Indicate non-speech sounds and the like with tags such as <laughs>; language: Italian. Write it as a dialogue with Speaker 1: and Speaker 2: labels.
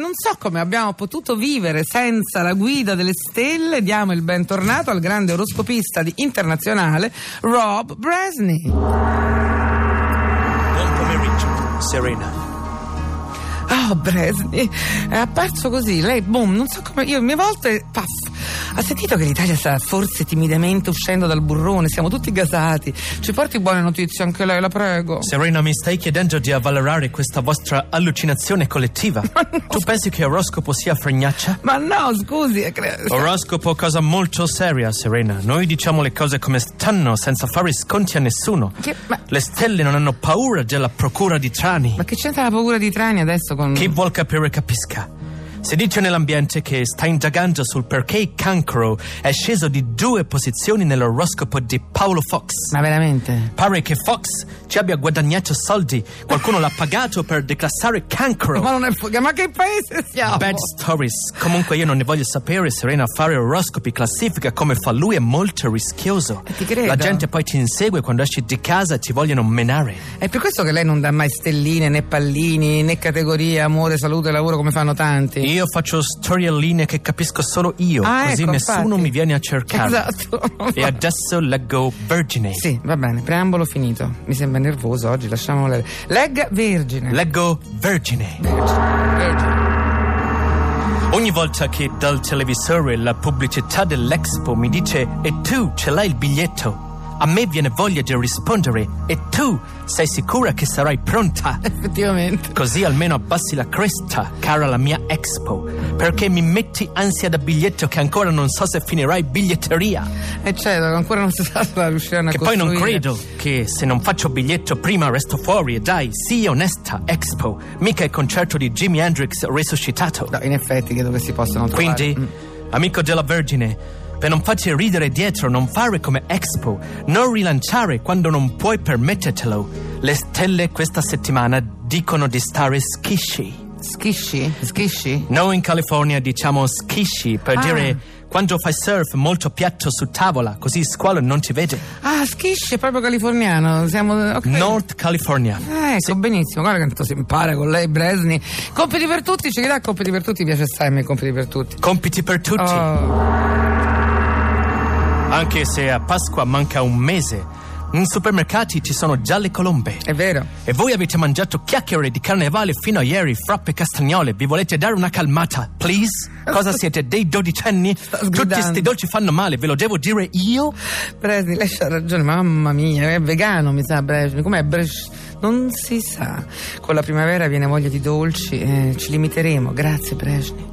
Speaker 1: non so come abbiamo potuto vivere senza la guida delle stelle. Diamo il bentornato al grande oroscopista di- internazionale Rob Bresni.
Speaker 2: Buon pomeriggio, Serena.
Speaker 1: Oh, Bresni, è apparso così. Lei, boom, non so come. Io, a mie volte, paff. Ha sentito che l'Italia sta forse timidamente uscendo dal burrone? Siamo tutti gasati. Ci porti buone notizie anche lei, la prego.
Speaker 2: Serena, mi stai chiedendo di avvalorare questa vostra allucinazione
Speaker 1: <laughs>
Speaker 2: collettiva? Tu pensi che oroscopo sia fregnaccia?
Speaker 1: Ma no, scusi. è che-
Speaker 2: Oh. Oroscopo cosa molto seria, Serena. Noi diciamo le cose come stanno, senza fare sconti a nessuno.
Speaker 1: Che- ma-
Speaker 2: Le stelle non hanno paura della procura di Trani.
Speaker 1: Ma che c'entra la paura di Trani adesso con.
Speaker 2: Chi vuol capire capisca. Si dice nell'ambiente che sta indagando sul perché Cancro è sceso di due posizioni nell'oroscopo di Paolo Fox.
Speaker 1: Ma veramente?
Speaker 2: Pare che Fox ci abbia guadagnato soldi. Qualcuno l'ha pagato per declassare
Speaker 1: Ma
Speaker 2: Cancro.
Speaker 1: non è fuga, ma che paese siamo?
Speaker 2: Bad stories. Comunque io non ne voglio sapere, Serena, fare oroscopi classifica come fa lui è molto rischioso.
Speaker 1: Eh, Ti credo.
Speaker 2: La gente poi ti insegue quando esci di casa e ti vogliono menare.
Speaker 1: È per questo che lei non dà mai stelline, né pallini, né categoria, amore, salute, lavoro come fanno tanti. <laughs>
Speaker 2: Io faccio storielline che capisco solo io,
Speaker 1: Ah,
Speaker 2: così
Speaker 1: ecco,
Speaker 2: nessuno
Speaker 1: infatti.
Speaker 2: mi viene a cercare.
Speaker 1: Esatto.
Speaker 2: E adesso leggo Vergine.
Speaker 1: Sì, va bene, preambolo finito. Mi sembra nervoso oggi, lasciamo leggere. Legga Vergine.
Speaker 2: Leggo Vergine. Ogni volta che dal televisore la pubblicità dell'Expo mi dice e tu ce l'hai il biglietto, a me viene voglia di rispondere e tu sei sicura che sarai pronta? <laughs>
Speaker 1: Effettivamente.
Speaker 2: Così almeno abbassi la cresta, cara la mia Expo, perché mi metti ansia da biglietto che ancora non so se finirai biglietteria.
Speaker 1: E certo, ancora non si sa se la riusciranno a
Speaker 2: Che poi non
Speaker 1: costruire.
Speaker 2: credo che se non faccio biglietto prima resto fuori e dai, sii onesta, Expo, mica il concerto di Jimi Hendrix resuscitato.
Speaker 1: No, in effetti credo che si possano trovare.
Speaker 2: Quindi,
Speaker 1: Mm.
Speaker 2: amico della Vergine, per non farti ridere dietro, non fare come Expo, non rilanciare quando non puoi permettertelo. Le stelle questa settimana dicono di stare schisci.
Speaker 1: Schisci? Schisci?
Speaker 2: Noi in California diciamo schisci per
Speaker 1: Ah.
Speaker 2: dire quando fai surf molto piatto su tavola, così il squalo non ti vede.
Speaker 1: Ah, schisci è proprio californiano. Siamo. ok.
Speaker 2: North California.
Speaker 1: Ah, ecco, benissimo, guarda quanto si impara con lei, Bresni. Compiti per tutti, ci dà compiti per tutti, piace assai a me compiti per tutti.
Speaker 2: Compiti per tutti.
Speaker 1: Oh,
Speaker 2: Anche se a Pasqua manca un mese, in supermercati ci sono già le colombe.
Speaker 1: è vero.
Speaker 2: E voi avete mangiato chiacchiere di carnevale fino a ieri, frappe castagnole. Vi volete dare una calmata, please? Cosa siete dei dodicenni? Tutti
Speaker 1: sgridando.
Speaker 2: sti dolci fanno male, ve lo devo dire io?
Speaker 1: Bresni, lei ha ragione, mamma mia, è vegano, mi sa Bresni. Com'è Bresni? Non si sa. Con la primavera viene voglia di dolci, eh, ci limiteremo. Grazie, Bresni.